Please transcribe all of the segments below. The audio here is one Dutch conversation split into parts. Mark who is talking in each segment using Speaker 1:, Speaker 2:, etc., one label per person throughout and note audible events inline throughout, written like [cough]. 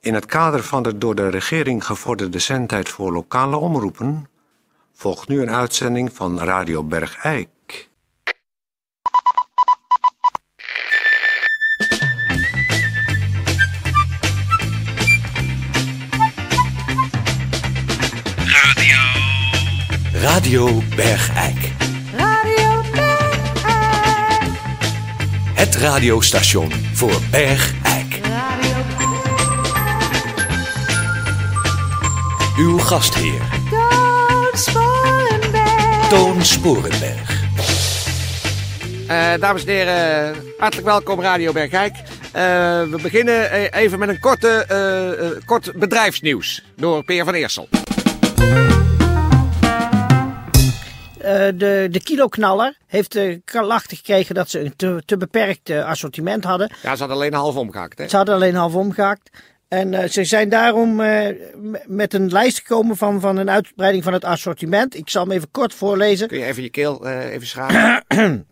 Speaker 1: In het kader van de door de regering gevorderde zendtijd voor lokale omroepen volgt nu een uitzending van Radio Bergijk.
Speaker 2: Radio Bergijk.
Speaker 3: Radio Bergijk.
Speaker 2: Het radiostation voor Bergijk.
Speaker 3: Radio
Speaker 2: Uw gastheer
Speaker 3: Toon Sporenberg.
Speaker 2: Toon Sporenberg.
Speaker 4: Eh, dames en heren, hartelijk welkom Radio Bergijk. Eh, we beginnen eh, even met een korte, eh, eh, kort bedrijfsnieuws door Peer van Eersel.
Speaker 5: Eh, de, de kiloknaller heeft eh, klachten gekregen dat ze een te, te beperkt eh, assortiment hadden.
Speaker 4: Ja, ze had alleen half omgehakt. Hè?
Speaker 5: Ze hadden alleen half omgehakt. En eh, ze zijn daarom eh, m- met een lijst gekomen van, van een uitbreiding van het assortiment. Ik zal hem even kort voorlezen.
Speaker 4: Kun je even je keel eh, even scharen?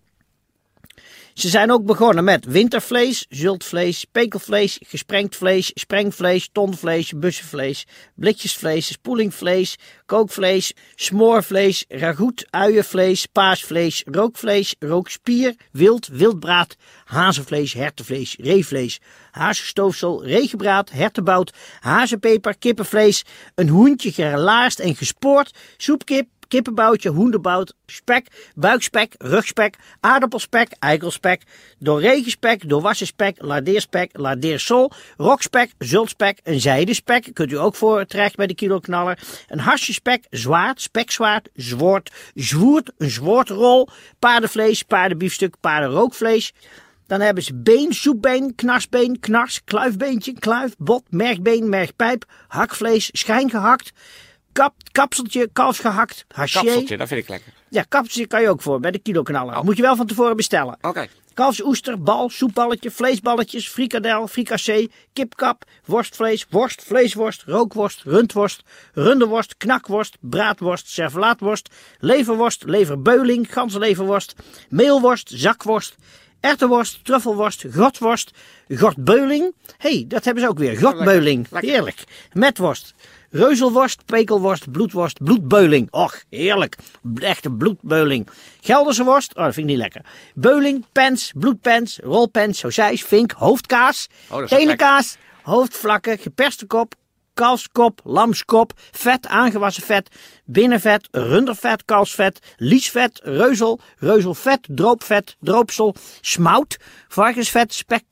Speaker 5: Ze zijn ook begonnen met wintervlees, zultvlees, pekelvlees, gesprengd vlees, sprengvlees, tonvlees, bussenvlees, blikjesvlees, spoelingvlees, kookvlees, smoorvlees, ragout, uienvlees, paasvlees, rookvlees, rookspier, wild, wildbraad, hazenvlees, hertenvlees, reevlees, hazenstoofsel, regenbraad, hertenbout, hazenpeper, kippenvlees, een hoentje gerelaasd en gespoord, soepkip, kippenboutje, hoenderbout, spek, buikspek, rugspek, aardappelspek, eikelspek, doorregenspek, doorwassenspek, ladeerspek, ladeersol, rokspek, zultspek, een zijdenspek, kunt u ook voor terecht bij de kiloknaller, een hasjespek, zwaard, spekzwaard, zwoord, zwoerd, een zwoordrol, paardenvlees, paardenbiefstuk, paardenrookvlees, dan hebben ze been, soepbeen, knarsbeen, knars, kluifbeentje, kluif, bot, mergbeen, mergpijp, hakvlees, schijngehakt, kap, kapseltje, kalfsgehakt, haché.
Speaker 4: Kapseltje, dat vind ik lekker.
Speaker 5: Ja, kapseltje kan je ook voor bij de kiloknaller. Moet je wel van tevoren bestellen.
Speaker 4: Oh. Oké.
Speaker 5: Kalfsoester, bal, soepballetje, vleesballetjes, frikadel, fricassee, kipkap, worstvlees, worst, vleesworst, rookworst, rundworst, runderworst, knakworst, braadworst, servelaatworst, leverworst, leverbeuling, gansleverworst, meelworst, zakworst, ertenworst, truffelworst, grotworst, grotbeuling. Hé, hey, dat hebben ze ook weer. Grotbeuling.
Speaker 4: lekker.
Speaker 5: Heerlijk. Met worst. Reuzelworst, pekelworst, bloedworst, bloedbeuling. Och, heerlijk. Echte bloedbeuling. Gelderse worst. Oh, dat vind ik niet lekker. Beuling, pens, bloedpens, rolpens, sausijs, vink, hoofdkaas,
Speaker 4: Oh, dat is
Speaker 5: telekaas, hoofdvlakken, geperste kop, kalfskop, lamskop, vet, aangewassen vet, binnenvet, rundervet, kalfsvet, liesvet, reuzel, reuzelvet, droopvet, droopsel, smout, varkensvet, spekvet,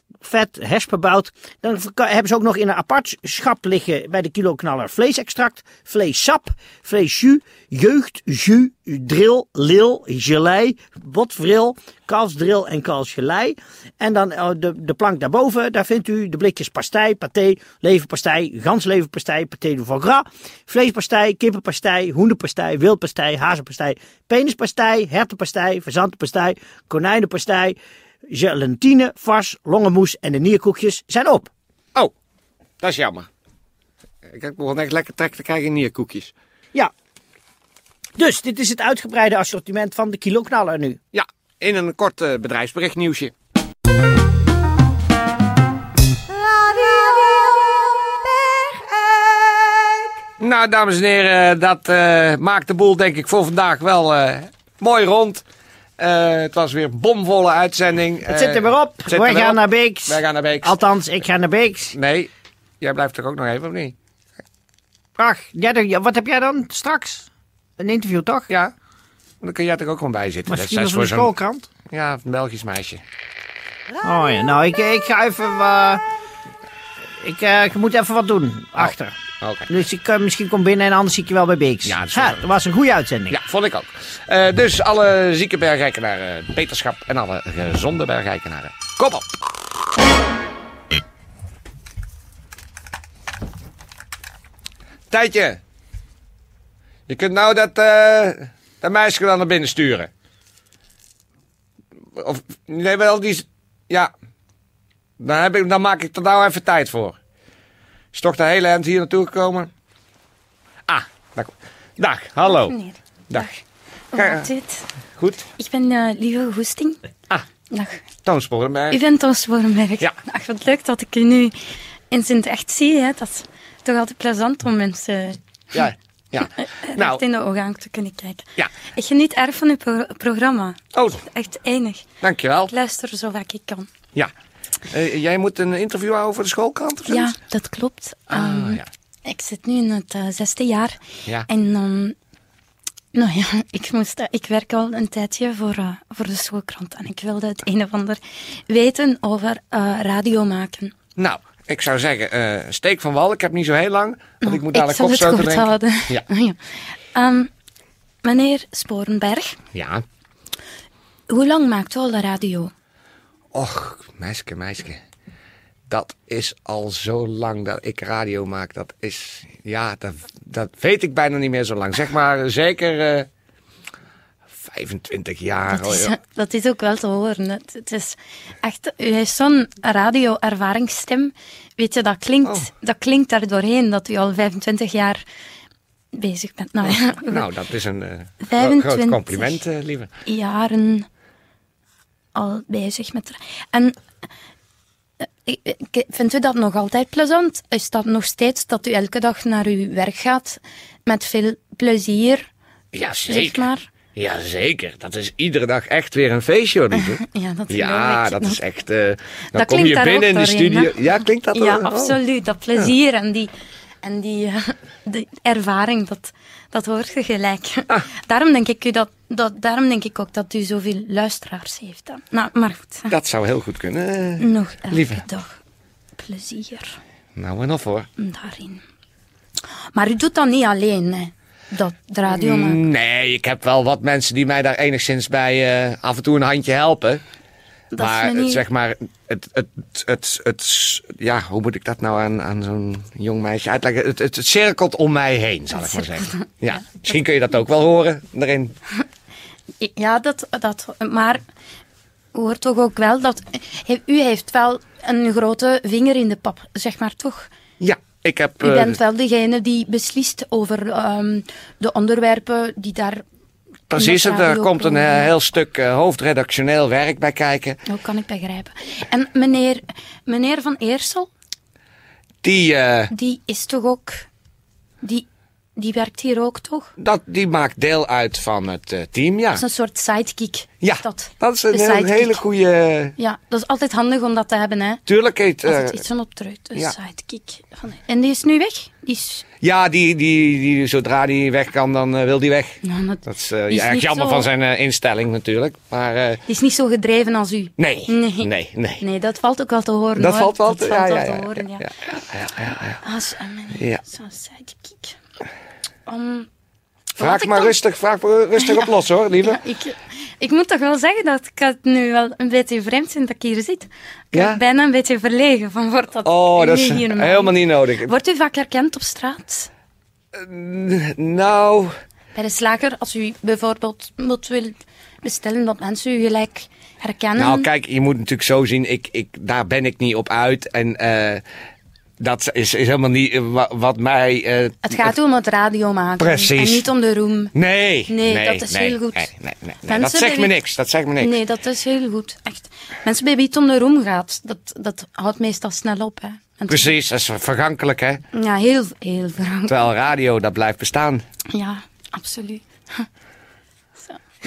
Speaker 5: hespenbout. Dan verka- hebben ze ook nog in een apart schap liggen bij de kiloknaller vleesextract, vleessap, vleesjus, jeugd, jus, dril, lil, gelei, botvril, kalfsdril en kalfsgelei. En dan eh, de, de plank daarboven, daar vindt u de blikjes pastei, paté, leverpastei, gansleverpastei, paté de foie gras, vleespastei, kippenpastei, hoenderpastei, wildpastei, hazenpastei, penispastei, hertenpastei, verzantenpastei, konijnenpastei, gelatine, vars, longenmoes en de nierkoekjes zijn op.
Speaker 4: Oh, dat is jammer. Ik heb gewoon echt lekker trek te krijgen in nierkoekjes.
Speaker 5: Ja. Dus dit is het uitgebreide assortiment van de kiloknaller nu.
Speaker 4: Ja, in een kort eh, bedrijfsbericht nieuwsje.
Speaker 3: Radio Bergijk.
Speaker 4: Nou, dames en heren, dat eh, maakt de boel denk ik voor vandaag wel eh, mooi rond. Eh, het was weer een bomvolle uitzending. Eh,
Speaker 5: Het zit er weer op.
Speaker 4: We
Speaker 5: Wij gaan naar Beeks.
Speaker 4: Wij gaan naar Beeks.
Speaker 5: Althans, ik ga naar Beeks.
Speaker 4: Nee, jij blijft toch ook nog even, of niet?
Speaker 5: Ach, jij, dan- ja, wat heb jij dan straks? Een interview toch?
Speaker 4: Ja. Dan kun jij er ook gewoon bij zitten.
Speaker 5: Maar
Speaker 4: Dat is-
Speaker 5: vrienden
Speaker 4: dat
Speaker 5: van de
Speaker 4: is voor zo'n-
Speaker 5: schoolkrant?
Speaker 4: Ja, een Belgisch meisje.
Speaker 5: Oh ja, nou, ik, ik ga even... eh, ik, eh, ik moet even wat doen, achter.
Speaker 4: Oké.
Speaker 5: Dus ik, eh, misschien kom binnen en anders zie ik je wel bij Beeks.
Speaker 4: Ja, dat is
Speaker 5: Ha,
Speaker 4: wel-
Speaker 5: dat was een goede uitzending.
Speaker 4: Ja, vond ik ook. Eh, dus alle zieke bergrijkenaren, beterschap en alle gezonde bergrijkenaren. Kom op! Tijdje. Je kunt nou dat, eh, dat meisje dan naar binnen sturen. Of, nee, wel die... Ja. Dan, heb ik, dan maak ik er nou even tijd voor. Is toch de hele end hier naartoe gekomen? Ah, daar kom- Dag, hallo.
Speaker 6: Meneer,
Speaker 4: Dag.
Speaker 6: hoe
Speaker 4: Ga-
Speaker 6: gaat het?
Speaker 4: Goed.
Speaker 6: Ik ben eh Lieve Goesting.
Speaker 4: Ah,
Speaker 6: Dag.
Speaker 4: Toon Sporenberg.
Speaker 6: U bent Toos Wormberg.
Speaker 4: Ja.
Speaker 6: Ach, wat leuk dat ik u nu in Sint-Echt-Zee, hè, dat is toch altijd plezant om mensen eh,
Speaker 4: Ja,
Speaker 6: [laughs]
Speaker 4: ja.
Speaker 6: recht in
Speaker 4: Nou,
Speaker 6: de ogen aan te kunnen kijken.
Speaker 4: Ja.
Speaker 6: Ik geniet erg van uw pro- programma.
Speaker 4: oh,
Speaker 6: Echt enig.
Speaker 4: dankjewel.
Speaker 6: Ik luister zo vaak ik kan.
Speaker 4: Ja. Eh, jij moet een interview houden voor de schoolkrant of zo?
Speaker 6: Ja, dat klopt. Ehm,
Speaker 4: Ah, ja.
Speaker 6: Ik zit nu in het eh, zesde jaar.
Speaker 4: Ja.
Speaker 6: En ehm, nou ja, [laughs] ik, moest, eh, ik werk al een tijdje voor, eh, voor de schoolkrant. En ik wilde het een of ander weten over eh, radio maken.
Speaker 4: Nou, ik zou zeggen, eh, steek van wal. Ik heb niet zo heel lang, want ik moet
Speaker 6: ik
Speaker 4: dadelijk
Speaker 6: zal het
Speaker 4: kopstoten
Speaker 6: kort
Speaker 4: drinken.
Speaker 6: houden.
Speaker 4: Ja.
Speaker 6: [laughs] Ehm, meneer Sporenberg,
Speaker 4: Ja.
Speaker 6: hoe lang maakt u al de radio?
Speaker 4: Och, meisje, meisje. Dat is al zo lang dat ik radio maak. Dat is, ja, dat, dat weet ik bijna niet meer zo lang. Zeg maar eh, zeker eh, 25 jaar.
Speaker 6: Dat is, eh,
Speaker 4: hoor.
Speaker 6: dat is ook wel te horen. Het, het is echt, u heeft zo'n radio-ervaringsstem. Weet je, dat klinkt,
Speaker 4: Oh.
Speaker 6: dat klinkt er doorheen dat u al 25 jaar bezig bent. Nou ja, [laughs]
Speaker 4: Nou, dat is een eh, gro- groot
Speaker 6: 25.
Speaker 4: compliment, eh, lieve.
Speaker 6: jaren al bezig met... En eh, ik- ik- vindt u dat nog altijd plezant? Is dat nog steeds dat u elke dag naar uw werk gaat met veel plezier,
Speaker 4: Ja,
Speaker 6: zeg maar?
Speaker 4: Ja, zeker. Dat is iedere dag echt weer een feestje, hoor, lieve.
Speaker 6: [laughs] Ja, dat, geloof
Speaker 4: Ja,
Speaker 6: ik.
Speaker 4: dat is echt... eh, dan kom
Speaker 6: Dat klinkt
Speaker 4: je
Speaker 6: daar
Speaker 4: binnen in
Speaker 6: ook
Speaker 4: de
Speaker 6: doorheen,
Speaker 4: studio.
Speaker 6: hè?
Speaker 4: Ja, klinkt dat
Speaker 6: Ja,
Speaker 4: er- oh.
Speaker 6: absoluut. Dat plezier en die, en die eh, [laughs] de ervaring, dat, dat hoort je gelijk.
Speaker 4: Ah.
Speaker 6: Daarom, denk ik u dat, dat, daarom denk ik ook dat u zoveel luisteraars heeft. hè. Nou, maar goed.
Speaker 4: Dat zou heel goed kunnen. eh.
Speaker 6: Nog elke
Speaker 4: lieve.
Speaker 6: dag plezier
Speaker 4: Nou, en of hoor.
Speaker 6: daarin. Maar u doet dat niet alleen, hè. Dat de radio
Speaker 4: Mm,
Speaker 6: maken.
Speaker 4: Nee, ik heb wel wat mensen die mij daar enigszins bij eh, af en toe een handje helpen.
Speaker 6: Dat
Speaker 4: maar
Speaker 6: is me
Speaker 4: het,
Speaker 6: niet...
Speaker 4: zeg maar, het, het, het, het, ja, hoe moet ik dat nou aan, aan zo'n jong meisje uitleggen? Het, het, het cirkelt om mij heen, zal ik maar zeggen. Ja, misschien kun je dat ook wel horen erin.
Speaker 6: Ja, dat, dat, maar u hoort toch ook wel dat... U heeft wel een grote vinger in de pap, zeg maar, toch?
Speaker 4: Ja, ik heb.
Speaker 6: U
Speaker 4: eh,
Speaker 6: bent wel degene die beslist over ehm, de onderwerpen die daar.
Speaker 4: precies,
Speaker 6: met
Speaker 4: er
Speaker 6: radio
Speaker 4: komt een eh,
Speaker 6: komen.
Speaker 4: heel stuk eh, hoofdredactioneel werk bij kijken.
Speaker 6: Dat kan ik begrijpen. En meneer, meneer Van Eersel,
Speaker 4: Die, eh,
Speaker 6: die is toch ook. Die, die werkt hier ook toch?
Speaker 4: dat, die maakt deel uit van het eh, team, ja.
Speaker 6: Dat is een soort sidekick.
Speaker 4: Ja,
Speaker 6: is
Speaker 4: dat, is een
Speaker 6: De
Speaker 4: heel-
Speaker 6: sidekick.
Speaker 4: hele goede.
Speaker 6: Ja, dat is altijd handig om dat te hebben, hè?
Speaker 4: Tuurlijk heet.
Speaker 6: Als
Speaker 4: eh,
Speaker 6: het iets van optruidt. Een
Speaker 4: ja.
Speaker 6: sidekick. Van- Ah, En die is nu weg? Die is.
Speaker 4: Ja, die, die, die, zodra die weg kan, dan eh, wil die weg.
Speaker 6: Nou, dat,
Speaker 4: Dat is eh,
Speaker 6: die is
Speaker 4: erg
Speaker 6: niet
Speaker 4: jammer
Speaker 6: zo-
Speaker 4: van zijn eh, instelling natuurlijk. Maar eh,
Speaker 6: Die is niet zo gedreven als u.
Speaker 4: nee,
Speaker 6: Nee.
Speaker 4: nee, nee.
Speaker 6: Nee, dat valt ook wel te horen.
Speaker 4: Dat
Speaker 6: hoor.
Speaker 4: valt wel
Speaker 6: dat
Speaker 4: te,
Speaker 6: valt
Speaker 4: ja,
Speaker 6: wel
Speaker 4: ja,
Speaker 6: te
Speaker 4: ja,
Speaker 6: horen.
Speaker 4: ja,
Speaker 6: ja. Ah, Als een meneer,
Speaker 4: Ja.
Speaker 6: zo'n sidekick. Om- Laat
Speaker 4: Vraag
Speaker 6: ik
Speaker 4: maar
Speaker 6: dan-
Speaker 4: rustig, vraag maar rustig op los hoor, lieve.
Speaker 6: Ja, ik, ik moet toch wel zeggen dat ik het nu wel een beetje vreemd vind dat ik hier zit. Ik
Speaker 4: Ja?
Speaker 6: ben bijna een beetje verlegen van wordt dat
Speaker 4: Oh, dat is
Speaker 6: nu hier
Speaker 4: helemaal niet nodig.
Speaker 6: Wordt u vaak herkend op straat? Mm.
Speaker 4: Nou,
Speaker 6: Bij de slager, als u bijvoorbeeld moet wil bestellen dat mensen u gelijk herkennen.
Speaker 4: nou kijk, je moet natuurlijk zo zien, ik, ik, daar ben ik niet op uit. En eh, dat is, is helemaal niet eh, wa- wat mij... eh,
Speaker 6: het gaat om het radio maken.
Speaker 4: Precies.
Speaker 6: En niet om de roem.
Speaker 4: Nee,
Speaker 6: Nee, dat is heel goed.
Speaker 4: Nee, nee, nee, nee.
Speaker 6: Mensen
Speaker 4: Dat zegt me
Speaker 6: willen-
Speaker 4: niks, dat zegt me niks.
Speaker 6: Nee, dat is heel goed. Echt. Mensen bij wie het om de roem gaat, dat, dat houdt meestal snel op. Hè. En-
Speaker 4: Precies, dat is vergankelijk hè.
Speaker 6: Ja, heel, heel veranderd.
Speaker 4: Terwijl radio, dat blijft bestaan.
Speaker 6: Ja, absoluut.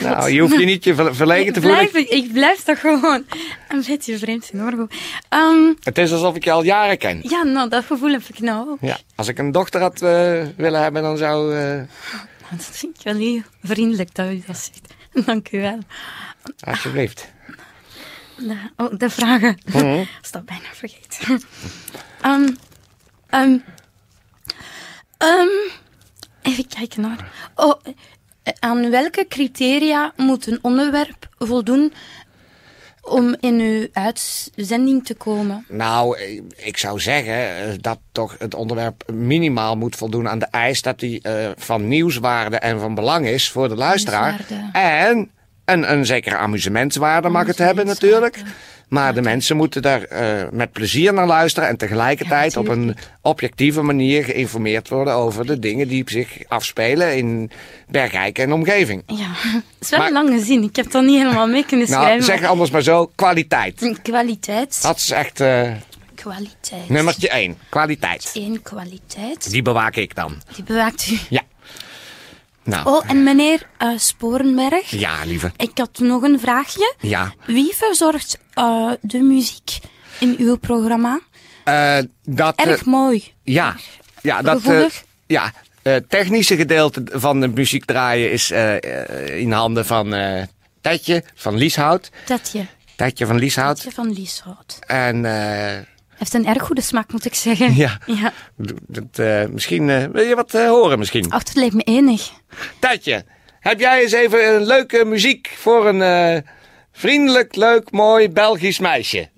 Speaker 4: Nou, je hoeft je niet je ver- verlegen
Speaker 6: Ik
Speaker 4: te voelen.
Speaker 6: blijf, ik blijf toch gewoon een beetje vreemd in hoor. Ehm,
Speaker 4: Het is alsof ik je al jaren ken.
Speaker 6: ja, nou, dat gevoel heb ik nou ook.
Speaker 4: Ja, als ik een dochter had eh, willen hebben, dan zou... eh,
Speaker 6: Nou, Dat vind [laughs] ik wel heel vriendelijk dat u dat zegt. Dank u wel.
Speaker 4: alsjeblieft.
Speaker 6: De, [laughs] oh, de vragen.
Speaker 4: Mhm.
Speaker 6: [laughs] Is dat bijna vergeten. [laughs] Ehm, ehm, ehm, even kijken hoor. Oh, eh, aan welke criteria moet een onderwerp voldoen om in uw uitzending te komen?
Speaker 4: Nou, eh, ik zou zeggen eh, dat toch het onderwerp minimaal moet voldoen aan de eis... dat die eh, van nieuwswaarde en van belang is voor de luisteraar.
Speaker 6: Nieuwswaarde.
Speaker 4: En een, een zekere amusementswaarde mag het hebben
Speaker 6: Amusementswaarde.
Speaker 4: natuurlijk. Maar de mensen moeten daar eh, met plezier naar luisteren... en tegelijkertijd
Speaker 6: Ja,
Speaker 4: op een objectieve manier geïnformeerd worden... over de dingen die zich afspelen in Bergijk en omgeving.
Speaker 6: Ja, [laughs] het is wel
Speaker 4: Maar-
Speaker 6: een lange zin. Ik heb dat niet helemaal mee kunnen
Speaker 4: Nou, Ah.
Speaker 6: schrijven.
Speaker 4: zeg anders maar zo, kwaliteit.
Speaker 6: maar- Kwaliteit.
Speaker 4: Dat is echt... eh,
Speaker 6: kwaliteit.
Speaker 4: Nummertje 1, kwaliteit.
Speaker 6: Eén kwaliteit.
Speaker 4: Die bewaak ik dan.
Speaker 6: Die bewaakt u.
Speaker 4: Ja. Nou,
Speaker 6: Oh, en meneer eh, Sporenberg.
Speaker 4: ja, lieve.
Speaker 6: Ik had nog een vraagje.
Speaker 4: Ja.
Speaker 6: Wie verzorgt eh, de muziek in uw programma?
Speaker 4: Eh, dat, eh,
Speaker 6: Erg mooi.
Speaker 4: ja. ja, dat, eh
Speaker 6: gevoelig.
Speaker 4: ja. Het technische gedeelte van de muziek draaien is eh, eh, in handen van eh Tetje van Lieshout.
Speaker 6: Tetje.
Speaker 4: Tetje van Lieshout.
Speaker 6: Tetje van Lieshout.
Speaker 4: En eh,
Speaker 6: Heeft een erg goede smaak, moet ik zeggen.
Speaker 4: Ja.
Speaker 6: ja.
Speaker 4: dat, eh, misschien eh, wil je wat eh, horen misschien.
Speaker 6: Ach, dat Oh, lijkt me enig. [laughs]
Speaker 4: Tetje, heb jij eens even een leuke muziek voor een eh, vriendelijk, leuk, mooi Belgisch meisje?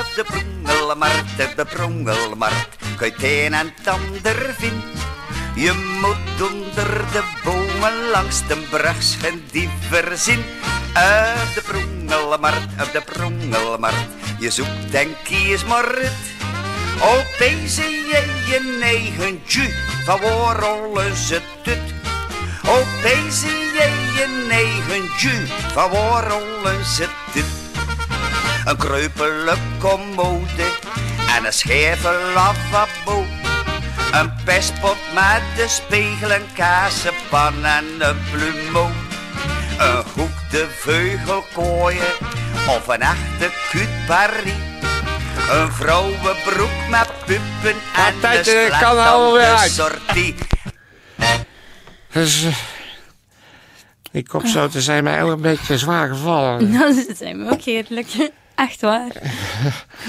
Speaker 7: Op de prongelmarkt, op de prongelmarkt, kun je het een en het ander vinden. Je moet onder de bomen langs de brug geen diever zien. Op de prongelmarkt, op de prongelmarkt, je zoekt en kies maar het. Op deze jij je eigen ju, van waar rollen ze tut? Op deze jij je eigen ju, van waar rollen ze tut? een kreupele commode en een scheve lavabo. Een pestpot met de spiegel, een kazenpan en een plumeau. Een hoek de veugelkooien of een echte cul Paris. Een vrouwenbroek met puppen en
Speaker 4: tijd,
Speaker 7: een
Speaker 4: eh, kan
Speaker 7: slet
Speaker 4: nou
Speaker 7: aan
Speaker 4: weer
Speaker 7: de
Speaker 4: uit.
Speaker 7: sortie.
Speaker 4: Dus, eh, die kop zo te zijn mij ook een beetje zwaar
Speaker 6: [laughs]
Speaker 4: gevallen.
Speaker 6: Nou, dat zijn me ook heerlijk. Echt
Speaker 4: [laughs]
Speaker 6: waar.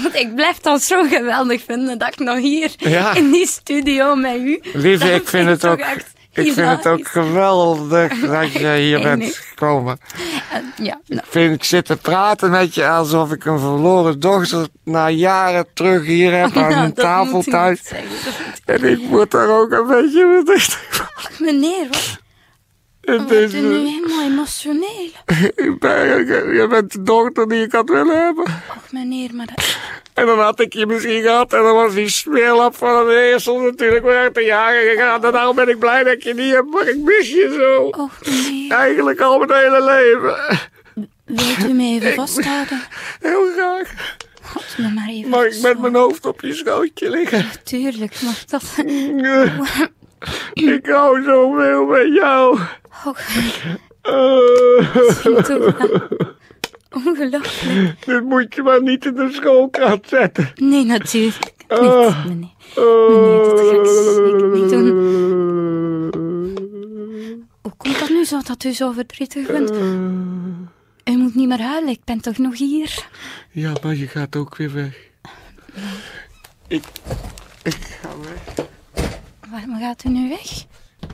Speaker 6: Want ik blijf dat zo geweldig vinden dat ik nog hier
Speaker 4: Ja.
Speaker 6: in die studio met u.
Speaker 4: Lieve,
Speaker 6: [laughs] Dat
Speaker 4: ik vind het
Speaker 6: toch
Speaker 4: ook,
Speaker 6: echt
Speaker 4: ik vind het ook
Speaker 6: hilarisch.
Speaker 4: geweldig dat
Speaker 6: [laughs]
Speaker 4: jij hier
Speaker 6: Enig.
Speaker 4: bent gekomen.
Speaker 6: Ja, nou,
Speaker 4: Ik vind, ik zit te praten met je alsof ik een verloren dochter na jaren terug hier
Speaker 6: [laughs]
Speaker 4: heb [laughs] aan
Speaker 6: nou,
Speaker 4: een
Speaker 6: dat
Speaker 4: tafel
Speaker 6: moet u
Speaker 4: thuis.
Speaker 6: niet zeggen. Dat moet-
Speaker 4: En ik word daar ook een beetje verdrietig van.
Speaker 6: Meneer, wat
Speaker 4: Het
Speaker 6: wordt
Speaker 4: is,
Speaker 6: u nu
Speaker 4: eh,
Speaker 6: helemaal emotioneel?
Speaker 4: [laughs] ik ben- ik- Je bent de dochter die ik had willen hebben.
Speaker 6: Och, meneer, maar dat...
Speaker 4: En dan had ik je misschien gehad. En dan was die smeerlap van een eerste natuurlijk weer uit de jaren gegaan. En daarom ben ik blij dat ik je niet hebt. Maar ik mis je zo.
Speaker 6: Och, oh, meneer,
Speaker 4: Eigenlijk al mijn hele leven.
Speaker 6: wilt u me even vasthouden?
Speaker 4: Heel graag.
Speaker 6: God, me maar even
Speaker 4: Mag ik met
Speaker 6: vasthouden.
Speaker 4: mijn hoofd op je schootje liggen?
Speaker 6: Tuurlijk, maar dat...
Speaker 4: Ik hou zoveel met jou.
Speaker 6: Och,
Speaker 4: Eh,
Speaker 6: toch wel Ongelooflijk.
Speaker 4: dit moet je maar niet in de schoolkrant zetten.
Speaker 6: Nee, natuurlijk niet, meneer. Meneer, dat ga ik zeker niet doen. Hoe komt dat nu zo dat u zo verdrietig bent? U moet niet meer huilen, ik ben toch nog hier?
Speaker 4: Ja, maar je gaat ook weer weg.
Speaker 6: Waarom gaat u nu weg?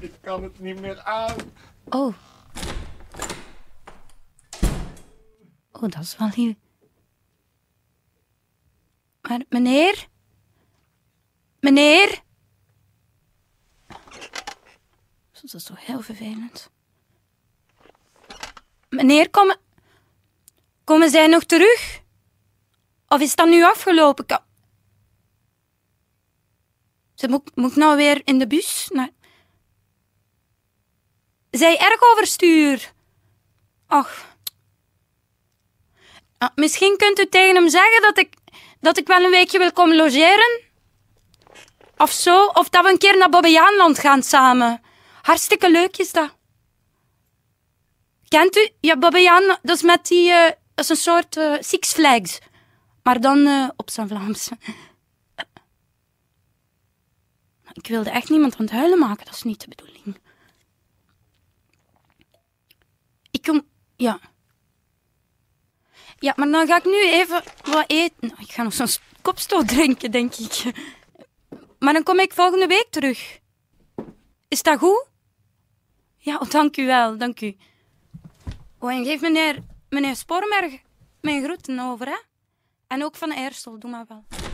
Speaker 4: Ik kan het niet meer aan.
Speaker 6: Oh. Oh, dat is wel heel... Maar, meneer? Meneer? Dat is toch heel vervelend. Meneer, kom... Komen zij nog terug? Of is dat nu afgelopen? Ka- Ze moet, moet ik nou weer in de bus naar... Zij erg overstuur. Ach. Ah, misschien kunt u tegen hem zeggen dat ik, dat ik wel een weekje wil komen logeren. Of zo. Of dat we een keer naar Bobbejaanland gaan samen. Hartstikke leuk is dat. Kent u? Ja, Bobbejaanland, dat is met die... eh, dat is een soort eh, Six Flags. Maar dan eh, op zijn Vlaams. Ik wilde echt niemand aan het huilen maken. Dat is niet de bedoeling. Ik kom... Ja. Ja, maar dan ga ik nu even wat eten. Nou, ik ga nog zo'n kopstoot drinken, denk ik. Maar dan kom ik volgende week terug. Is dat goed? Ja, oh, dank u wel, dank u. Oh, en geef meneer, meneer Spormerg mijn groeten over, hè? En ook van Eersel, doe maar wel.